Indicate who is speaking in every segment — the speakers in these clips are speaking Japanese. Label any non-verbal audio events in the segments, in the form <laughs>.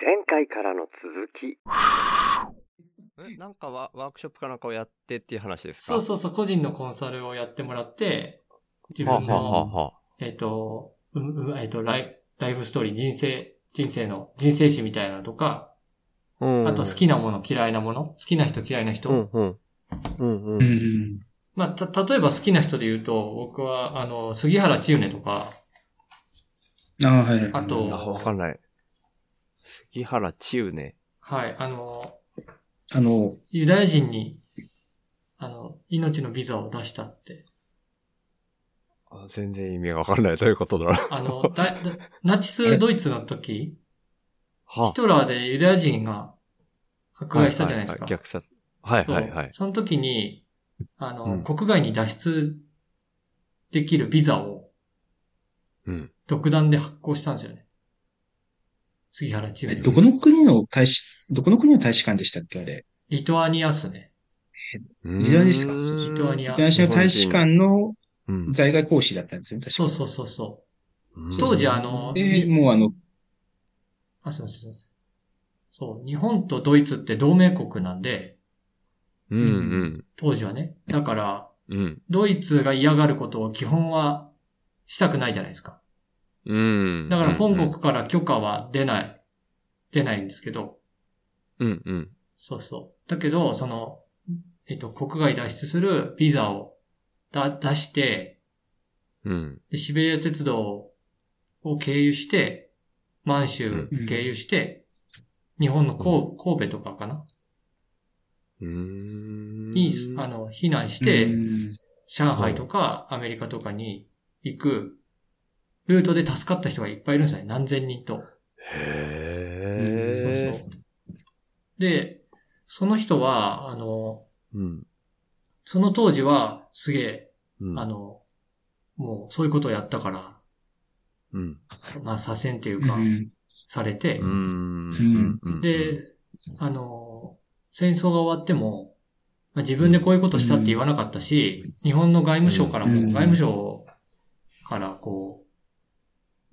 Speaker 1: 前回からの続き。
Speaker 2: えなんかワワークショップかなんかをやってっていう話ですか
Speaker 3: そうそうそう、個人のコンサルをやってもらって、自
Speaker 2: はあ
Speaker 3: 分
Speaker 2: はあは
Speaker 3: の、
Speaker 2: あは
Speaker 3: えっ、と、うんうんえっ、とライ、ライフストーリー、人生、人生の、人生史みたいなのとか、
Speaker 2: あうん
Speaker 3: あと好きなもの、嫌いなもの、好きな人、嫌いな人。
Speaker 2: うんうん。うんう。
Speaker 4: うんん。
Speaker 3: まあ、た、例えば好きな人で言うと、僕は、あの、杉原千畝とか、
Speaker 4: ああ、はい。
Speaker 3: あと
Speaker 2: あ、わかんない。杉原千畝ね。
Speaker 3: はい、あの、
Speaker 4: あの、
Speaker 3: ユダヤ人に、あの、命のビザを出したって。
Speaker 2: あ全然意味がわかんない。どういうことだろう。
Speaker 3: あの、だだナチスドイツの時、ヒ
Speaker 2: は
Speaker 3: トラーでユダヤ人が迫害したじゃないですか。
Speaker 2: ははは虐殺。はい
Speaker 3: そう
Speaker 2: はいはい。
Speaker 3: その時に、あの、
Speaker 2: うん
Speaker 3: 国外に脱出できるビザを
Speaker 2: うん。
Speaker 3: 独断で発行したんですよね。杉原千
Speaker 4: え、
Speaker 3: 畝。
Speaker 4: どこの国の大使、どこの国の大使館でしたっけあれ。
Speaker 3: リトアニアっすね。
Speaker 2: リ
Speaker 4: リトアニアですか
Speaker 3: リトアニア
Speaker 4: イタリアの大使館の
Speaker 2: うん。
Speaker 4: 在外公使だったんですよね。確か
Speaker 3: そうそうそうそうう。
Speaker 2: ん
Speaker 3: 当時あ、の、
Speaker 4: で、
Speaker 3: に
Speaker 4: もうあの、
Speaker 3: あ、すいません、すいません。そう、日本とドイツって同盟国なんで、
Speaker 2: うんうん。
Speaker 3: 当時はね。だから、
Speaker 2: うん。
Speaker 3: ドイツが嫌がることを基本はしたくないじゃないですか。
Speaker 2: うん。
Speaker 3: だから本国から許可は出ない。出ないんですけど。
Speaker 2: うんうん。
Speaker 3: そうそう。だけど、その、えっと、国外脱出するビザをだ出して
Speaker 2: うん。
Speaker 3: で、シベリア鉄道を経由して、満州経由して、日本のこう神戸とかかな
Speaker 2: うん。
Speaker 3: に、あの、避難し
Speaker 4: う
Speaker 3: て、
Speaker 4: ん
Speaker 3: 上海とかアメリカとかに行くルートで助かった人がいっぱいいるんですよね。何千人と。
Speaker 2: へー。
Speaker 3: そうそう。で、その人は、あの、
Speaker 2: うん。
Speaker 3: その当時はすげえ
Speaker 2: うん。
Speaker 3: あの、もうそういうことをやったから、
Speaker 2: うん。
Speaker 3: さまあ左遷っていううか、
Speaker 4: ん
Speaker 3: されて
Speaker 2: う、ん。うん。
Speaker 3: で、あの、戦争が終わっても、まあ、自分でこういうことしたって言わなかったし、日本の外務省からも、
Speaker 4: うん
Speaker 3: 外務省からこ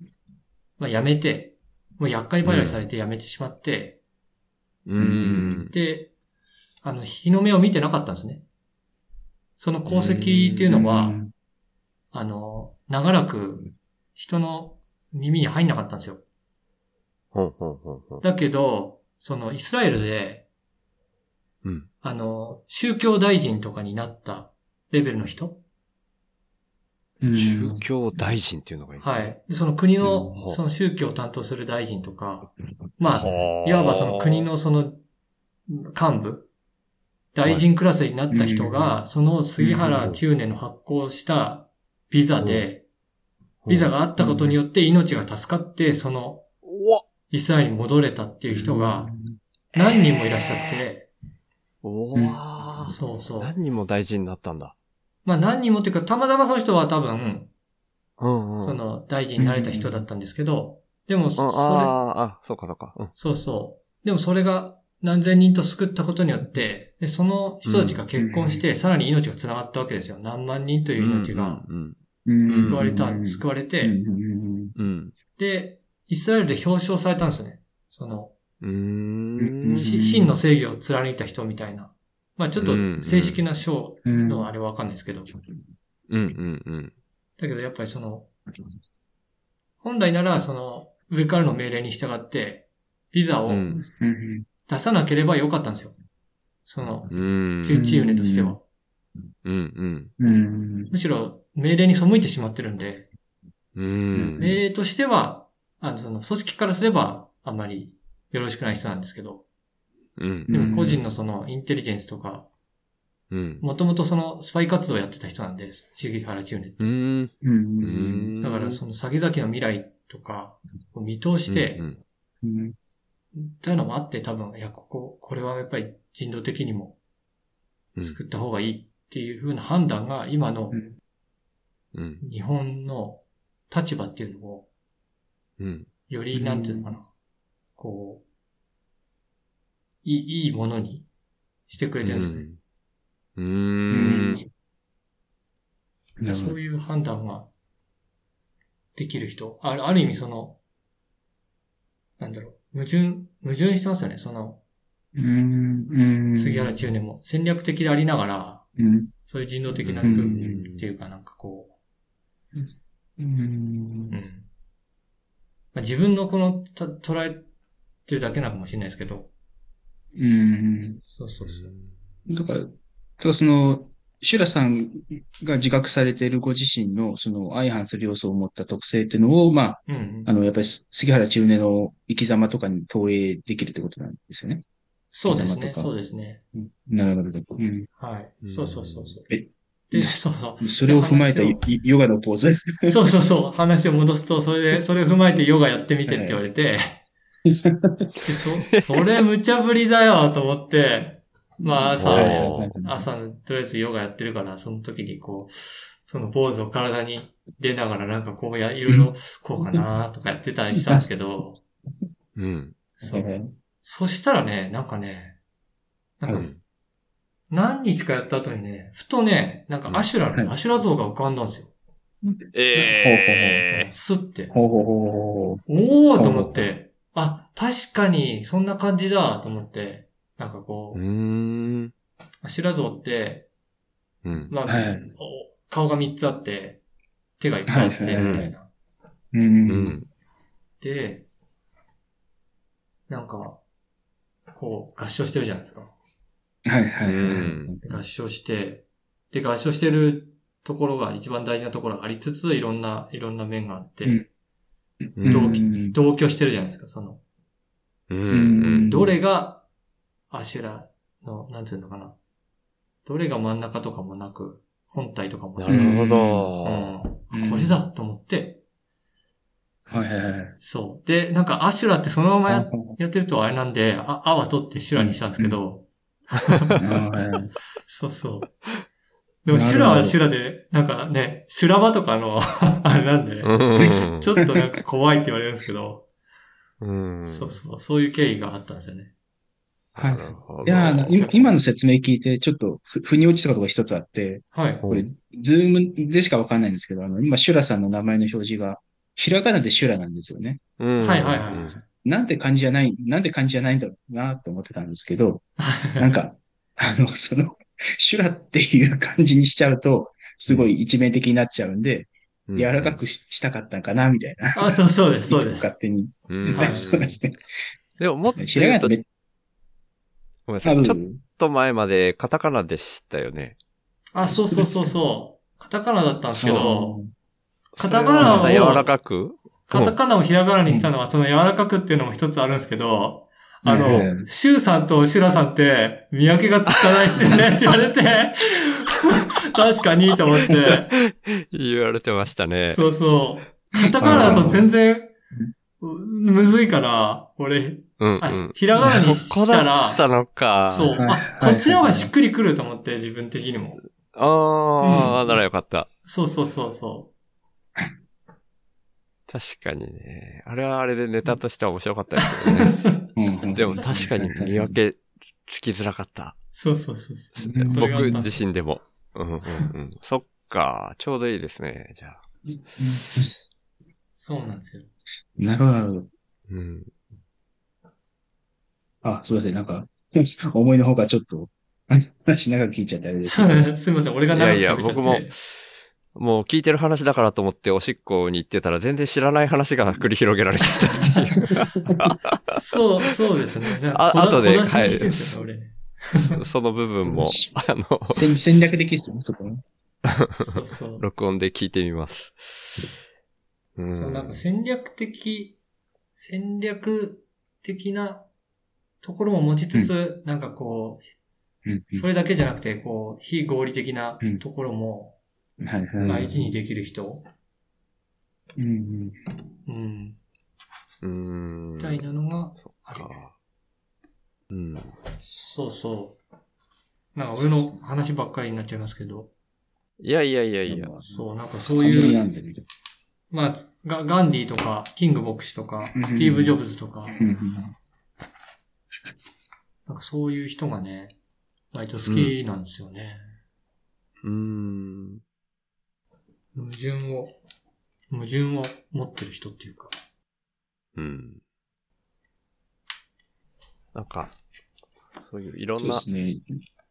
Speaker 3: う、まあ、辞めて、もう厄介払いされて辞めてしまって、
Speaker 2: うん。
Speaker 3: で、あの、日の目を見てなかったんですね。その功績っていうのは、
Speaker 4: うん
Speaker 3: あの、長らく人の耳に入んなかったんですよ。
Speaker 2: ほんほんほんほん。
Speaker 3: だけど、そのイスラエルで、
Speaker 2: うん。
Speaker 3: あの、宗教大臣とかになったレベルの人
Speaker 4: うん
Speaker 2: 宗教大臣っていうのがいい。
Speaker 3: はい。でその国
Speaker 2: う
Speaker 3: の、
Speaker 2: ん
Speaker 3: その宗教を担当する大臣とか、まあ、
Speaker 2: い
Speaker 3: いわばその国。のその幹部、大臣クラスになった人が、その杉原中年の発行したビザで、ビザがあったことによって命が助かって、その
Speaker 2: うわ
Speaker 3: イスラエルに戻れたっていう人が何人もいらっしゃって、
Speaker 2: おわ
Speaker 3: そうそう。
Speaker 2: 何人も大臣になったんだ。
Speaker 3: まあ何人もっていうか、たまたまその人は多分、
Speaker 2: うんうん。
Speaker 3: その大臣になれた人だったんですけど、でも
Speaker 2: あ
Speaker 3: そ、それ、
Speaker 2: あ、あ、そうかそうか。うん。
Speaker 3: そうそう。でもそれが何千人と救ったことによって、でその人たちが結婚して、さらに命が繋がったわけですよ。何万人という命が
Speaker 2: うん。
Speaker 4: うん
Speaker 3: 救われた、
Speaker 4: うん
Speaker 3: 救われ
Speaker 4: う
Speaker 3: て、
Speaker 4: ん
Speaker 2: うん。
Speaker 3: で、イスラエルで表彰されたんですよね。その、
Speaker 2: うん。
Speaker 3: し真の正義を貫いた人みたいな。まあちょっと正式な賞
Speaker 4: うん
Speaker 3: のあれはわかんないですけど。
Speaker 2: うんうんうん。
Speaker 3: だけどやっぱりその、本来ならその、上からの命令に従って、ビザを
Speaker 2: うん
Speaker 4: うん
Speaker 3: 出さなければよかったんですよ。その、
Speaker 2: うん。
Speaker 3: チチームとしては。
Speaker 2: うん
Speaker 4: うん
Speaker 3: むしろ、命令に背いてしまってるんで、
Speaker 2: うん。うん。
Speaker 3: 命令としては、あの、その、組織からすれば、あんまりよろしくない人なんですけど、
Speaker 2: うん。
Speaker 3: でも個人のその、インテリジェンスとか、
Speaker 2: うん。
Speaker 3: もともとその、スパイ活動をやってた人なんで、杉原千畝って。
Speaker 2: うん。
Speaker 4: う
Speaker 2: うんん。
Speaker 3: だからその、先々の未来とか、を見通して、
Speaker 4: うん
Speaker 3: というのもあって多分、いや、ここ、これはやっぱり人道的にも
Speaker 2: うん
Speaker 3: 救った方がいいっていう風な判断が今の
Speaker 4: うん
Speaker 2: うん。
Speaker 3: 日本の立場っていうのを、
Speaker 2: うん。
Speaker 3: よ
Speaker 4: う
Speaker 3: り、
Speaker 4: ん
Speaker 3: なんていうのかな、こう、いい、いいものにしてくれてるんですよね。
Speaker 2: う。
Speaker 4: うんなるほ
Speaker 3: そ
Speaker 4: ど
Speaker 3: ういう判断ができる人。ある、ある意味その、なんだろう、矛盾矛盾してますよね、その、
Speaker 4: うん、うん。
Speaker 3: 杉原中年も。戦略的でありながら、
Speaker 4: うん。
Speaker 3: そういう人道的な部分っていうかなんかこ
Speaker 4: うん
Speaker 3: う、う。ん。まあ、自分のこのた捉えてるだけなのかもしれないですけど。
Speaker 4: うん。
Speaker 3: そうそうそう。
Speaker 4: だから、だからその、シュラさんが自覚されているご自身の、その、相反する要素を持った特性っていうのを、まあ、
Speaker 3: うん、うん
Speaker 4: あ。の、やっぱり杉原千畝の生き様とかに投影できるってことなんですよね。
Speaker 3: そうですね、
Speaker 4: とか
Speaker 3: そうですね。
Speaker 4: なるほど。うん。
Speaker 3: はい。
Speaker 2: うん
Speaker 3: そうそうそうそう。
Speaker 4: え
Speaker 3: で、そうそ
Speaker 4: それを踏まえた
Speaker 3: 話を
Speaker 4: ヨヨガのポーズ。
Speaker 3: う。そうそうそう。話を戻すと、それで、それを踏まえてヨガやってみてって言われて、でそ、それ無茶ぶりだよと思って、まあ朝、
Speaker 2: おー
Speaker 3: 朝、とりあえずヨガやってるから、その時にこう、そのポーズを体に出ながらなんかこうや、いろいろこうかなとかやってたりしたんですけど、
Speaker 2: うん。
Speaker 3: そう。そしたらね、なんかね、なんか
Speaker 2: はい、
Speaker 3: 何日かやった後にね、ふとね、なんかアシュラ
Speaker 4: はい
Speaker 3: の、アシュラ像が浮かんだんですよ。
Speaker 2: ええ
Speaker 3: すって。
Speaker 4: ほうほうほうほ
Speaker 3: おーと思って、あ、確かにそんな感じだと思って、なんかこ
Speaker 2: う
Speaker 3: う、
Speaker 2: ーん。
Speaker 3: アシュラ像って、
Speaker 2: うん。
Speaker 3: まあ、
Speaker 4: はい
Speaker 3: お顔が3つあって、手がいっぱいあって、みた
Speaker 4: はい
Speaker 2: はいはい
Speaker 3: いな。
Speaker 4: う。うん。
Speaker 2: う
Speaker 4: うん
Speaker 2: ん。
Speaker 3: で、なんか、こう、合唱してるじゃないですか。
Speaker 4: はいはいはい。
Speaker 2: うん
Speaker 3: 合唱して、で、合唱してるところが一番大事なところがありつつ、いろんな、いろんな面があって、
Speaker 4: うん
Speaker 2: うん
Speaker 3: 同期
Speaker 4: うん
Speaker 3: 同居してるじゃないですか、その、
Speaker 2: うんん。
Speaker 3: どれが、アシュラの、なんつうのかな。どれが真ん中とかもなく、本体とかもな
Speaker 2: な
Speaker 3: く、うん
Speaker 2: るほど。
Speaker 3: これだと思って、
Speaker 4: はいはいはい。
Speaker 3: そう。で、なんかアシュラってそのままや
Speaker 4: ほうほう
Speaker 3: やってるとあれなんで、あ、あは取ってシュラにしたんですけど、
Speaker 4: はいはい
Speaker 3: そうそう。でもシュラはシュラで、なんかね、修羅場とかの、 <laughs> あれなんで、
Speaker 2: うん
Speaker 3: ちょっとなんか怖いって言われるんですけど、
Speaker 2: うん。
Speaker 3: そうそう、そういう経緯があったんですよね。
Speaker 2: なるほど。
Speaker 4: いやーあの今今の説明聞いて、ちょっとふ腑に落ちたことが一つあって、
Speaker 3: <laughs> はい。
Speaker 4: これ、ズームでしかわかんないんですけど、あの、今、シュラさんの名前の表示が、ひらがなでシュラなんですよね。
Speaker 2: うん
Speaker 3: はいはいはい
Speaker 4: なんて漢字じゃない、なんて漢字じゃないんだろうなと思ってたんですけど、なんか、あの、その、シュラっていう漢字にしちゃうと、すごい一面的になっちゃうんで、
Speaker 2: うん
Speaker 4: 柔らか。くししたかったんかな、みたいな。
Speaker 3: あ、そうそうです、そうです。
Speaker 4: 勝手に。
Speaker 2: うん
Speaker 3: はい
Speaker 4: <laughs> そうですね。
Speaker 2: でももっと
Speaker 4: ひら
Speaker 2: 言
Speaker 4: が
Speaker 2: う
Speaker 4: な
Speaker 2: と、
Speaker 4: めっ
Speaker 2: ごめんな
Speaker 4: ちゃ
Speaker 2: さ
Speaker 4: ある
Speaker 2: い。ちょっと前までカタカナでしたよね。
Speaker 3: あ、そうそうそうそう。カタカナだったんですけど、カタカ
Speaker 2: ま
Speaker 3: ナを
Speaker 2: だ、柔らかく
Speaker 3: カタカナをひらがなにしたのは、その柔らかくっていうのも一つあるんですけど、あ
Speaker 4: え
Speaker 3: の、シュウさんとシュラさんって見分けがつかないっすよねって言わ
Speaker 2: <laughs>
Speaker 3: れて、確かにと思って、
Speaker 2: 言われてましたね。
Speaker 3: そうそう。カタカナだと全然、むずいから、俺、
Speaker 2: うんう
Speaker 3: あ
Speaker 2: ん。
Speaker 3: ひらがなにし
Speaker 2: ここ
Speaker 3: た
Speaker 2: だった
Speaker 3: ら、
Speaker 2: のか。
Speaker 3: そう、
Speaker 4: はい
Speaker 3: あ、こっちの方がしっくりくると思って、自分的にも。
Speaker 2: あ
Speaker 3: う
Speaker 2: あ、
Speaker 3: ん
Speaker 2: ならよかった。
Speaker 3: そうそうそうそ
Speaker 2: 確かにね。あれはあれでネタとしては面白かったです <laughs> けどね。
Speaker 4: うん
Speaker 2: でも確かに見分。けつきづらかった。
Speaker 3: そうそうそうそう。
Speaker 4: うん
Speaker 3: それがあ
Speaker 2: 僕
Speaker 3: ったんです
Speaker 2: 自身でも。うんうんうん。そっか。ちょうどいいですね。じゃあ。
Speaker 3: そうなんですよ。 <laughs>
Speaker 4: なるほど、なるほど。
Speaker 2: うん。
Speaker 4: あ、すいません。なんか、 <laughs> 思いのほかちょっと、話長く聞いちゃってあれですけ
Speaker 3: そ
Speaker 4: ど。
Speaker 3: うすいません、俺が長く
Speaker 2: いやいや
Speaker 3: 喋っちゃって。
Speaker 2: 僕ももう聞いてる話だからと思っておしっこに行ってたら全然知らない話が繰り広げられ
Speaker 3: <laughs>
Speaker 2: てたっていう
Speaker 3: そう、そうですね。なんか
Speaker 2: <laughs> あ後
Speaker 3: 小出
Speaker 2: で
Speaker 3: 小出しにしてんすよね、
Speaker 2: その部分も、あの、
Speaker 4: 戦戦略的ですよね、そこね。
Speaker 3: 俺。そうそう。
Speaker 2: 録音で聞いてみます。 <laughs> うん。
Speaker 3: そう、なんか戦略的、戦略的なところも持ちつつ、なんかこ
Speaker 4: うん
Speaker 3: う、それだけじゃなくて、こう、非合理的な
Speaker 4: うん
Speaker 3: ところも
Speaker 4: うんはいはい。
Speaker 3: 大事にできる人、
Speaker 4: うんうん
Speaker 3: うん、
Speaker 2: うん。
Speaker 3: みたいなのが、
Speaker 2: そっ
Speaker 3: ある
Speaker 2: か。うん。
Speaker 3: そうそう。なんか俺の話ばっかりになっちゃいますけど、
Speaker 2: いやいやいやいや。
Speaker 3: そう、なんかそう
Speaker 4: そう
Speaker 3: いう
Speaker 4: な、んでね
Speaker 3: まあ、ガガンディとか、キング牧師とか、
Speaker 4: うん
Speaker 3: スティーブ・ジョブズとか、
Speaker 4: うんうん
Speaker 3: なんかそういう人がね、割と好きなんですよね。
Speaker 2: うん。
Speaker 3: 矛盾を、矛盾を持ってる人っていうか。
Speaker 2: うん。なんか、そういういろ
Speaker 4: そ
Speaker 2: ん
Speaker 4: うで
Speaker 2: な、
Speaker 4: すね。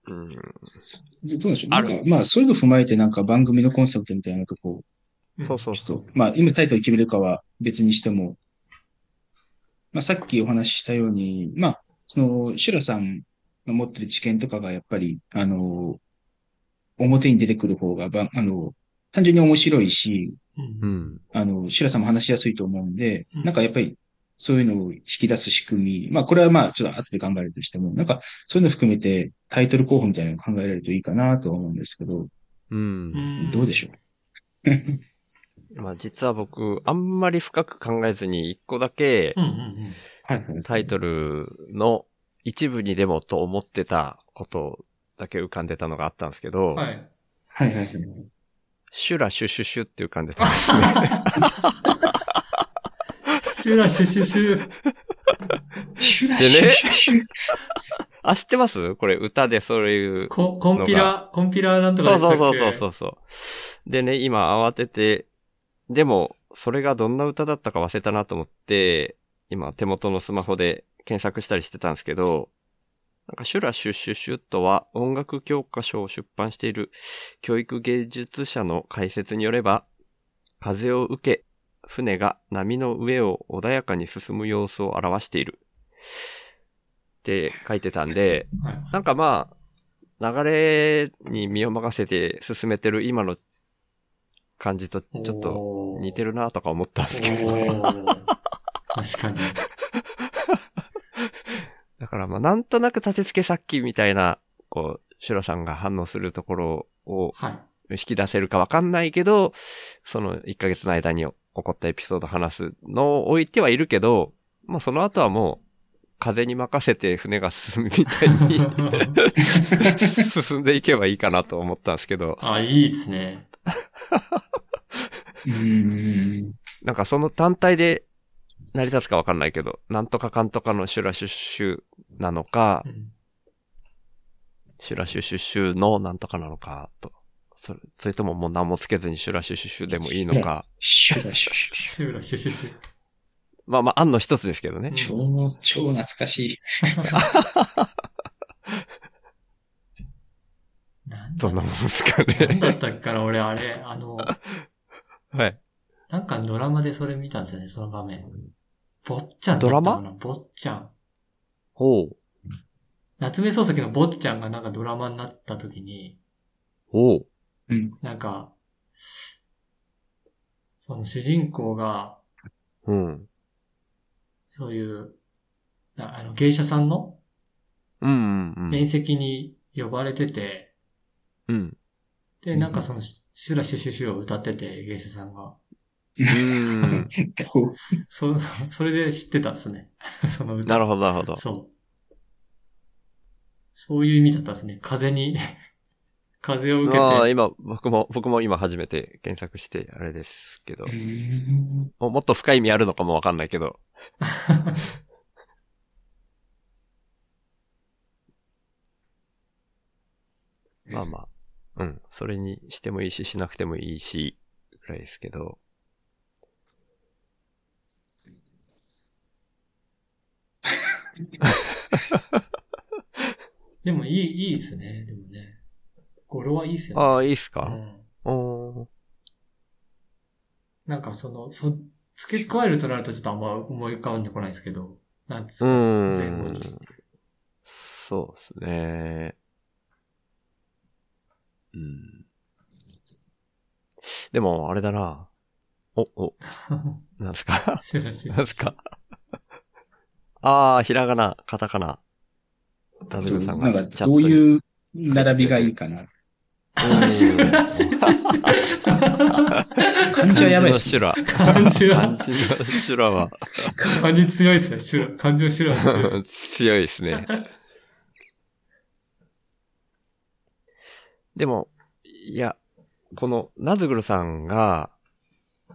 Speaker 2: うん、
Speaker 4: どうなんでしょう。
Speaker 2: あ
Speaker 4: なん
Speaker 2: る
Speaker 4: か、まあ、そういうの踏まえて、なんか番組のコンセプトみたいなとこ、
Speaker 2: そうそう
Speaker 4: ちょっ
Speaker 2: そう
Speaker 4: と、まあ、今タイトル決めるかは別にしても、まあ、さっきお話ししたように、まあ、その、シュラさんの持ってる知見とかが、やっぱり、あの、表に出てくる方が、ばあの、単純に面白いし、
Speaker 3: うん。
Speaker 2: う
Speaker 3: うん。
Speaker 2: ん。
Speaker 4: あの、シュラさんも話しやすいと思うんで、
Speaker 3: うん
Speaker 4: なんかやっぱり、そういうのを引き出す仕組み、まあ、これはまあ、ちょっと後で考えるとしても、なんか、そういうの含めて、タイトル候補みたいなのを考えられるといいかなとは思うんですけど、
Speaker 2: うん。
Speaker 4: どうでしょう
Speaker 2: まあ実は僕、あんまり深く考えずに一個だけ
Speaker 3: うんうんうん。
Speaker 4: はいはい。
Speaker 2: タイトルの一部にでもと思ってたことだけ浮かんでたのがあったんですけど、
Speaker 3: はい。
Speaker 4: はいはいはい。
Speaker 2: シュラシュシュシュって浮かんでたんです
Speaker 3: <laughs>
Speaker 2: ね。
Speaker 3: シュラシュシュシュ。
Speaker 4: シュラ
Speaker 2: でね
Speaker 4: シュシュシュ
Speaker 2: あ、知ってますこれ歌でそういう。
Speaker 3: ココンピラ、コンピラなんとか
Speaker 2: そ
Speaker 3: で
Speaker 2: う
Speaker 3: した
Speaker 2: そ
Speaker 3: っ
Speaker 2: う
Speaker 3: け
Speaker 2: そうそうそうそう。でね、今慌てて、でも、それがどんな歌だったか忘れたなと思って、今手元のスマホで検索したりしてたんですけど、なんかシュラシュシュシュとは音楽教科書を出版している教育芸術者の解説によれば、風を受け、船が波の上を穏やかに進む様子を表している。って書いてたんで、
Speaker 3: はい
Speaker 2: なんかまあ、流れに身を任せて進めてる今の感じとちょっと
Speaker 3: と
Speaker 2: 似てるなとか思ったんですけど。
Speaker 3: 確かに。
Speaker 2: <laughs> だからまあ、なんとなく立て付けさっきみたいな、こう、シュラさんが反応するところを <laughs>
Speaker 3: はい。
Speaker 2: 引き出せるかわかんないけど、その1ヶ月の間に起こったエピソード話すのを置いてはいるけど、まあその後はもう、風に任せて船が進むみたいに <laughs> 進んでいけばいいかなと思ったんですけど、
Speaker 3: あ、いいですね。
Speaker 4: うーん
Speaker 2: なんかその単体で成り立つかわかんないけど、なんとかかんとかのシュラシュシュなのか
Speaker 3: う、ん
Speaker 2: シュラシュシュシュのなんとかなのかと。それそれとももう何もつけずにシュラシュシュシュでもいいのか。
Speaker 4: シュラシュシュシ
Speaker 3: シュラシュシュシュ。
Speaker 2: まあまあ、案の一つですけどね
Speaker 3: うん。
Speaker 4: ュ。超、超懐かしい。
Speaker 3: なんだ
Speaker 2: どんなもんですか
Speaker 3: <laughs> なんだ
Speaker 2: ね。
Speaker 3: ったっけかな俺、あれ、あの、
Speaker 2: はい。
Speaker 3: なんかドラマでそれ見たんですよね、その場面。坊っちゃんだったかな坊っちゃん。
Speaker 2: ほう。
Speaker 3: 夏目漱石の坊っちゃんがなんかドラマになった時に、
Speaker 2: ほう。
Speaker 4: うん。
Speaker 3: なんか、その主人公が、
Speaker 2: うん。
Speaker 3: そういう、なあの、芸者さんの
Speaker 2: うんうんうん
Speaker 3: 面。席に呼ばれてて、
Speaker 2: うん。
Speaker 3: で、なんかその、シュラシュシュシュを歌ってて、芸者さんが。
Speaker 2: うん。
Speaker 3: そ、 <laughs> そそれで知ってたんですね。 <laughs> その歌。
Speaker 2: なるほど、なるほど。
Speaker 3: そう。そういう意味だったんですね。風に、 <laughs> 風を受け
Speaker 2: ああ、
Speaker 3: て。
Speaker 2: 今、僕も、僕も今初めて検索して、あれですけど
Speaker 4: う。ん
Speaker 2: ももっと深い意味あるのかもわかんないけど。まあまあ。うん。それにしてもいいし、しなくてもいいし、ぐらいですけど。
Speaker 3: <laughs> でもいい、いいですね。でもね。語呂はいいですよね。
Speaker 2: ああ、いいっす
Speaker 3: う
Speaker 2: か。
Speaker 3: ん。
Speaker 2: おー
Speaker 3: なんかその、そ、付け加えるとなるとちょっとあんま思い浮かんでこないですけど。なんつ
Speaker 2: う
Speaker 3: か
Speaker 2: ーん。
Speaker 3: 前後に。
Speaker 2: そうですね。うん。でも、あれだな。お、お、なんす
Speaker 4: <laughs>
Speaker 2: か
Speaker 3: シュラシュシ
Speaker 2: な
Speaker 3: ュシュ
Speaker 2: んすかああ、ひらがな、カタカナ。ダズルさん
Speaker 4: な
Speaker 2: が
Speaker 4: んか、どう
Speaker 2: う
Speaker 4: いう並びがいいかな。
Speaker 3: シュラシュシュシュ。
Speaker 4: 感じはやばいっす
Speaker 2: シ
Speaker 4: <laughs>
Speaker 2: ュラ。
Speaker 3: 感じ
Speaker 2: 漢
Speaker 3: は、
Speaker 2: 字の修羅は
Speaker 3: 感じ強いですね。シュラ、感じはシュラですよ。
Speaker 2: <laughs> 強いですね。 <laughs> でも、いや、このナズグルさんが、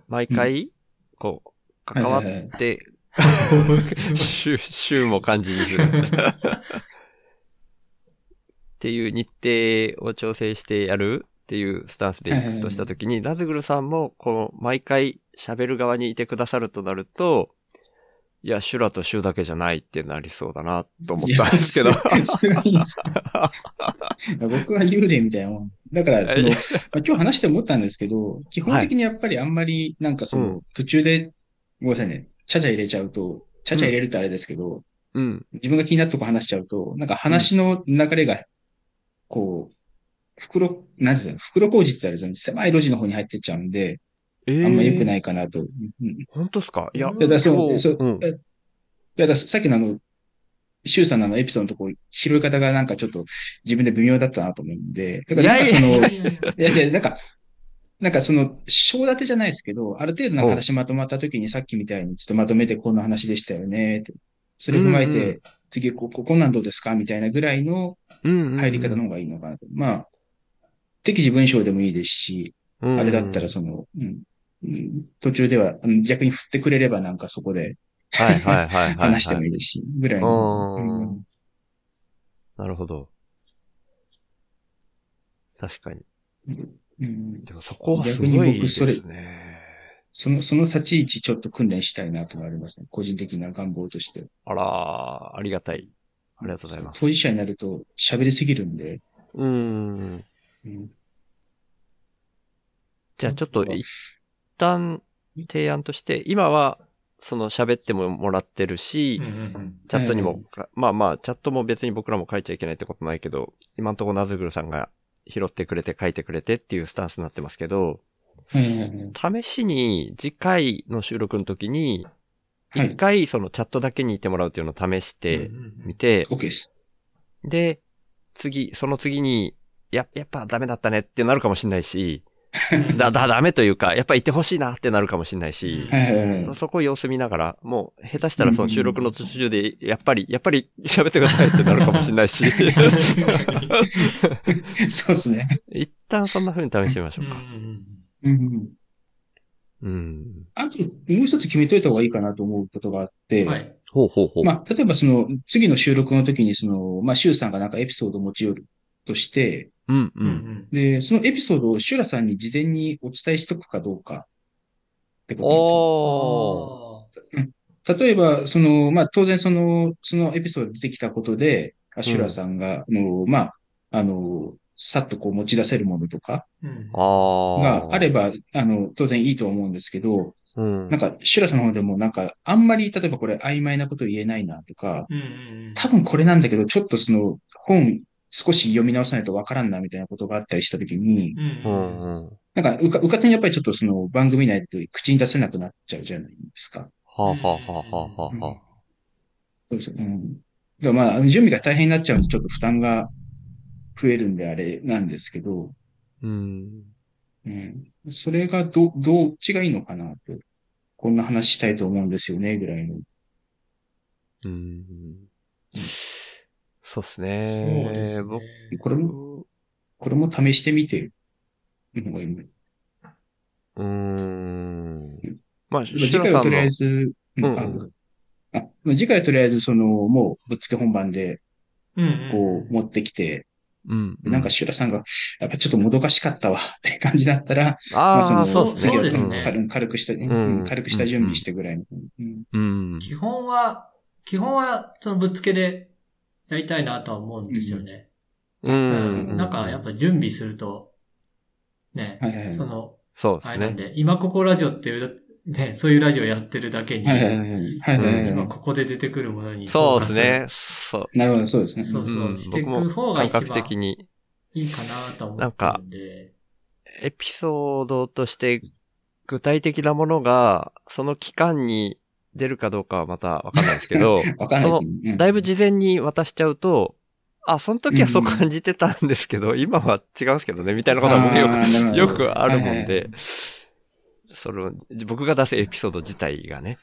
Speaker 2: 毎回、こう、関わ
Speaker 4: はいはい
Speaker 2: って、週、週も感じにする。っていう日程を調整してやるっていうスタンスでいくとしたときに、ナズグルさんも、この、毎回喋る側にいてくださるとなると、いや、シュラとシュだけじゃないってなりそうだな、と思ったんですけど。
Speaker 4: すごいですね <laughs> 僕は幽霊みたいなもん。だから、その、
Speaker 2: い
Speaker 4: ま
Speaker 2: や
Speaker 4: あ今日話して思ったんですけど、基本的にやっぱりあんまり、なんかその、
Speaker 2: う
Speaker 4: 途中で、ごめんなさいね、ちゃちゃ入れちゃうと、ちゃちゃ入れるとあれですけど、
Speaker 2: うん。
Speaker 4: 自分が気になったとこ話しちゃうと、なんか話の流れが、こう、袋、なんていうの、袋工事ってあれですよね、狭い路地の方に入ってっちゃうんで、
Speaker 2: ええ
Speaker 4: あんま良くない。かなと。うん
Speaker 2: 本当ですかいや、
Speaker 3: い
Speaker 4: やだから
Speaker 2: 今日
Speaker 4: そうそう
Speaker 2: うん。
Speaker 4: いや、ださっきのあの、シュウさんのあのエピソードのとこ、拾い方がなんかちょっと自分で微妙だったなと思うんで、だからなんかその、
Speaker 3: い
Speaker 4: い
Speaker 3: や
Speaker 4: や
Speaker 3: いやいや
Speaker 4: いや、なんか、なんかその、章立てじゃないですけど、ある程度の話まとまった時にさっきみたいにちょっとまとめてこんな話でしたよね、って。それ踏まえ
Speaker 2: うんう
Speaker 4: て
Speaker 2: ん、
Speaker 4: 次こ、ここんなんどうですかみたいなぐらいの
Speaker 2: うんうんうん
Speaker 4: 入り方の方がいいのかなと。まあ、適時文章でもいいですし、あれだったら
Speaker 2: うん
Speaker 4: その、うんうん途中では、うん逆に振ってくれればなんかそこで
Speaker 2: はいはいはいはいはい。
Speaker 4: 話してもいいですし、ぐらいの。
Speaker 2: う
Speaker 4: うんん
Speaker 2: なるほど。確かに。
Speaker 4: うん
Speaker 2: でもそこはすごいで
Speaker 4: 逆に
Speaker 2: す
Speaker 4: 僕
Speaker 2: ね。
Speaker 4: その、その立ち位置ちょっと訓練したいなとはありますね。個人的な願望として。
Speaker 2: あらー、ありがたい。ありがとうございます。
Speaker 4: 当事者になると喋りすぎるんで。
Speaker 2: うーん。
Speaker 4: うん
Speaker 2: じゃあちょっと一旦提案として、今はその喋ってももらってるし、
Speaker 3: うんうん
Speaker 2: チャットに
Speaker 4: う
Speaker 2: も
Speaker 4: ん、
Speaker 2: まあまあ、チャットも別に僕らも書いちゃいけないってことないけど、今んところナズグルさんが拾ってくれて書いてくれてっていうスタンスになってますけど、
Speaker 4: はいはいはい
Speaker 2: 試しに次回の収録の時に、
Speaker 4: はい
Speaker 2: 一回そのチャットだけにいてもらうっていうのを試し
Speaker 3: うんうん
Speaker 2: て
Speaker 3: うん
Speaker 2: みて、
Speaker 4: OK です。
Speaker 2: で、次、その次に、や、やっぱダメだったねってなるかもしれない
Speaker 4: <laughs>
Speaker 2: し、だ、だ、ダメというか、やっぱ行ってほしいなってなるかもしれないし、
Speaker 4: はいはいはいはい。
Speaker 2: そこ様子見ながら、もう、下手したらその収録の途中で、やっぱり、やっぱり喋ってくださいってなるかもしれない
Speaker 4: <laughs>
Speaker 2: し、
Speaker 4: そうですね。
Speaker 2: 一旦そんな風に試してみまし
Speaker 3: う
Speaker 2: ょ
Speaker 3: ん
Speaker 2: うか。
Speaker 3: うんうん
Speaker 4: うんうん
Speaker 2: うん。
Speaker 4: あと、もう一つ決めといた方がいいかなと思うことがあって、
Speaker 3: はい。
Speaker 2: ほうほうほう。
Speaker 4: まあ、例えばその、次の収録の時に、その、まあ、シュウさんがなんかエピソードを持ち寄るとして、
Speaker 2: うんう
Speaker 3: う
Speaker 2: ん。
Speaker 3: うんん
Speaker 4: で、そのエピソードをシュラさんに事前にお伝えしとくかどうかってことな
Speaker 2: お
Speaker 4: んですよ。
Speaker 2: ー。
Speaker 4: 例えば、その、まあ、当然その、そのエピソード出てきたことで、あシュラさんが、あの、まあ、あの、さっとこう持ち出せるものとか
Speaker 3: うん
Speaker 2: あー。
Speaker 4: があれば、あの、当然いいと思うんですけど、
Speaker 2: うん
Speaker 4: なん。か、シュラさんの方でもなんか、あんまり、例えばこれ曖昧なこと言えないなとか、
Speaker 3: うんうんうん
Speaker 4: 多分これなんだけど、ちょっとその、本少し読み直さないとわからんなみたいなことがあったりしたとき
Speaker 3: う
Speaker 4: に、
Speaker 2: う
Speaker 3: んうんう
Speaker 2: ん
Speaker 3: ん
Speaker 2: うん。は
Speaker 4: なんか、うか、うかつにやっぱりちょっとその番組内で口に出せなくなっちゃうじゃないですか。
Speaker 2: あはあはあはあはあはあ。
Speaker 4: そうですようん。だからまあ、準備が大変になっちゃうんで、ちょっと負担が増えるんであれなんですけど、
Speaker 2: うん。
Speaker 4: うん。それがど、どっちがいいのかなと。こんな話したいと思うんですよね、ぐらいの。
Speaker 2: うん。そうです
Speaker 3: そう
Speaker 2: ね。
Speaker 3: ですね。
Speaker 4: これも、
Speaker 2: 僕、
Speaker 4: これも試してみて、のがいいね
Speaker 2: うーん。まあ、シ
Speaker 4: 次
Speaker 2: ュラ
Speaker 4: 回
Speaker 2: さ
Speaker 4: は
Speaker 2: ん
Speaker 4: とりあえ
Speaker 2: の、
Speaker 4: ず、うん
Speaker 2: うん
Speaker 4: ああまあ次回はとりあえず、その、もう、ぶっつけ本番で、
Speaker 3: うん
Speaker 4: こう、持ってきて、
Speaker 2: うん。
Speaker 4: なんか、シュラさんが、やっぱちょっともどかしかったわ、って感じだったら、
Speaker 2: あ
Speaker 4: ま
Speaker 2: あ、
Speaker 4: あ
Speaker 2: そ
Speaker 3: そうう
Speaker 2: で
Speaker 3: ですす
Speaker 2: ね。
Speaker 3: ね
Speaker 4: 軽軽くした、
Speaker 2: ん
Speaker 4: うん軽くした準備してぐらいの。うん
Speaker 2: うん。
Speaker 3: 基本は、基本は、そのぶっつけでやりたいなとは思うんですよね。
Speaker 2: う。
Speaker 3: うんなんか、やっぱ準備すると、ね、
Speaker 4: はいはいはい
Speaker 3: その、
Speaker 2: そうで
Speaker 3: あ
Speaker 2: す
Speaker 3: れなん
Speaker 2: ね。
Speaker 3: で、今ここラジオっていう、ね、そういうラジオやってるだけに、
Speaker 4: はいはいはいはい。はいはいは
Speaker 3: 今
Speaker 4: い
Speaker 3: ここで出てくるものに、
Speaker 2: そうですね。そう。
Speaker 4: なるほど、そうですね。
Speaker 3: そうそうう、
Speaker 2: ん
Speaker 3: していく方が
Speaker 2: 感
Speaker 3: 一
Speaker 2: 覚
Speaker 3: 番
Speaker 2: 的に、
Speaker 3: いいかなと思ってるんで。
Speaker 2: エピソードとして、具体的なものが、その期間に出るかどうかはまたわかんないですけ
Speaker 4: <laughs>
Speaker 2: ど、
Speaker 4: わかんないですね。うん
Speaker 2: だいぶ事前に渡しちゃうと、あ、その時はそう感じてたんですけど、今は違うんですけどね、みたいなことは僕よ
Speaker 4: あーなるほ
Speaker 2: く、
Speaker 4: ど
Speaker 2: よくあるも
Speaker 4: は
Speaker 2: ん
Speaker 4: いはいは
Speaker 2: で、その、僕が出すエピソード自体がね、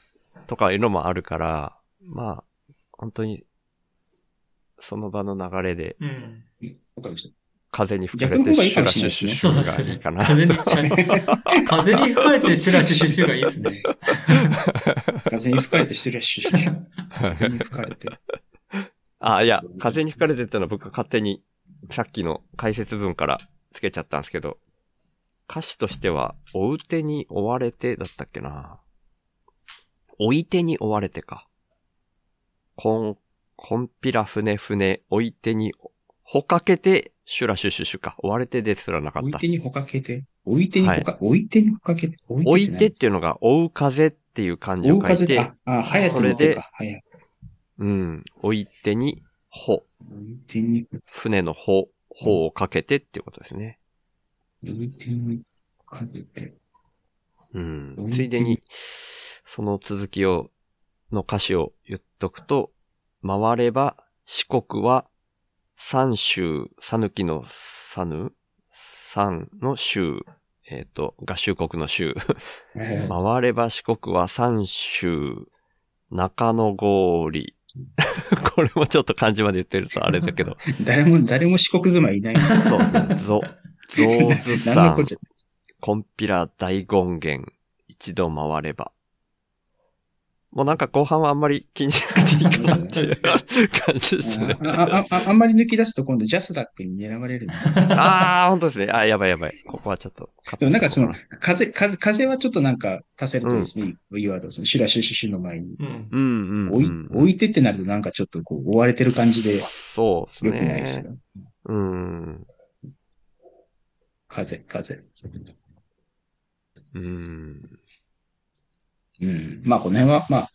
Speaker 2: とかいうのもあるから、まあ、本当に、その場の流れで、
Speaker 3: うん。
Speaker 4: わかりまし
Speaker 2: 風に吹かれ
Speaker 4: 逆
Speaker 2: て、
Speaker 4: の方がいい
Speaker 2: シ
Speaker 4: か
Speaker 2: ュ
Speaker 4: も
Speaker 2: ラ
Speaker 4: し
Speaker 2: シ
Speaker 4: れ
Speaker 2: ュ
Speaker 4: ない
Speaker 2: ラ
Speaker 4: で
Speaker 2: シ
Speaker 4: す
Speaker 2: ュシュがい
Speaker 3: そうです
Speaker 4: ね
Speaker 2: い
Speaker 3: ね。
Speaker 2: かな。
Speaker 3: 風に、風に吹かれてシュラシュシュシュがいいですね。
Speaker 4: た。風に吹かれてしてるらしい。風に吹
Speaker 2: <laughs>
Speaker 4: かれて。
Speaker 2: あ、いや、風に吹かれてってのは僕が勝手に、さっきの解説文からつけちゃったんですけど、歌詞としては、追う手に追われてだったっけな。追い手に追われてか。こん、こんぴらふねふね、置いてに、ほかけて、シュラシュシュシュか。追われてですらなかっ
Speaker 4: 置い
Speaker 2: た
Speaker 4: て。にほかけて、置いてにほか、置いてにほかけて、
Speaker 2: 置いてっ
Speaker 4: って
Speaker 2: いうのが、追う風っていう漢字
Speaker 4: 何、追
Speaker 2: を
Speaker 4: う
Speaker 2: 書い
Speaker 4: 風
Speaker 2: て、
Speaker 4: あ、あ、はやての
Speaker 2: それ
Speaker 4: 手
Speaker 2: で
Speaker 4: か、はや。
Speaker 2: うん、置いてに、ほ、
Speaker 4: 置いてに、
Speaker 2: 船のほ、ほをかけてっていうことですね。
Speaker 4: 置いてにほかけて。
Speaker 2: うん
Speaker 4: 置い。て
Speaker 2: ついでに、その続きを、の歌詞を言っとくと、回れば四国は三州、さぬきのさぬ、三の州、えっ、と、合衆国の州。
Speaker 4: えー
Speaker 2: 回れば四国は三州、中野郡。 <laughs> これもちょっと漢字まで言ってるとあれだけ
Speaker 4: <laughs>
Speaker 2: ど。
Speaker 4: 誰も、誰も四国妻いない。
Speaker 2: そうですね。ぞ、
Speaker 4: <laughs>
Speaker 2: ぞうず
Speaker 4: 何
Speaker 2: さ
Speaker 4: のこっ
Speaker 2: ん
Speaker 4: ちゃ。
Speaker 2: コンピラ大権限、一度回れば。もうなんか後半はあんまり気にしなくていいかなっていう感じですね。
Speaker 4: あああああんまり抜き出すと今度ジャスダックに狙われるんで。
Speaker 2: ああ、本当ですね。あーやばいやばい。ここはちょっとカッ
Speaker 4: でも
Speaker 2: トし
Speaker 4: な
Speaker 2: よ
Speaker 4: ん
Speaker 2: う
Speaker 4: かその
Speaker 2: な、
Speaker 4: 風、風、風はちょっとなんか足せるとですね、いいワード、その、シュラシュシュシュの前に。
Speaker 3: うん。
Speaker 2: うんうん、
Speaker 4: 置い
Speaker 2: い
Speaker 4: 置いてってなるとなんかちょっとこう、追われてる感じで、よ
Speaker 2: そうです
Speaker 4: くないです
Speaker 2: ね。
Speaker 4: よ。
Speaker 2: うん。
Speaker 4: 風、風。
Speaker 2: うん。
Speaker 4: うん。まあ、この辺は、まあ、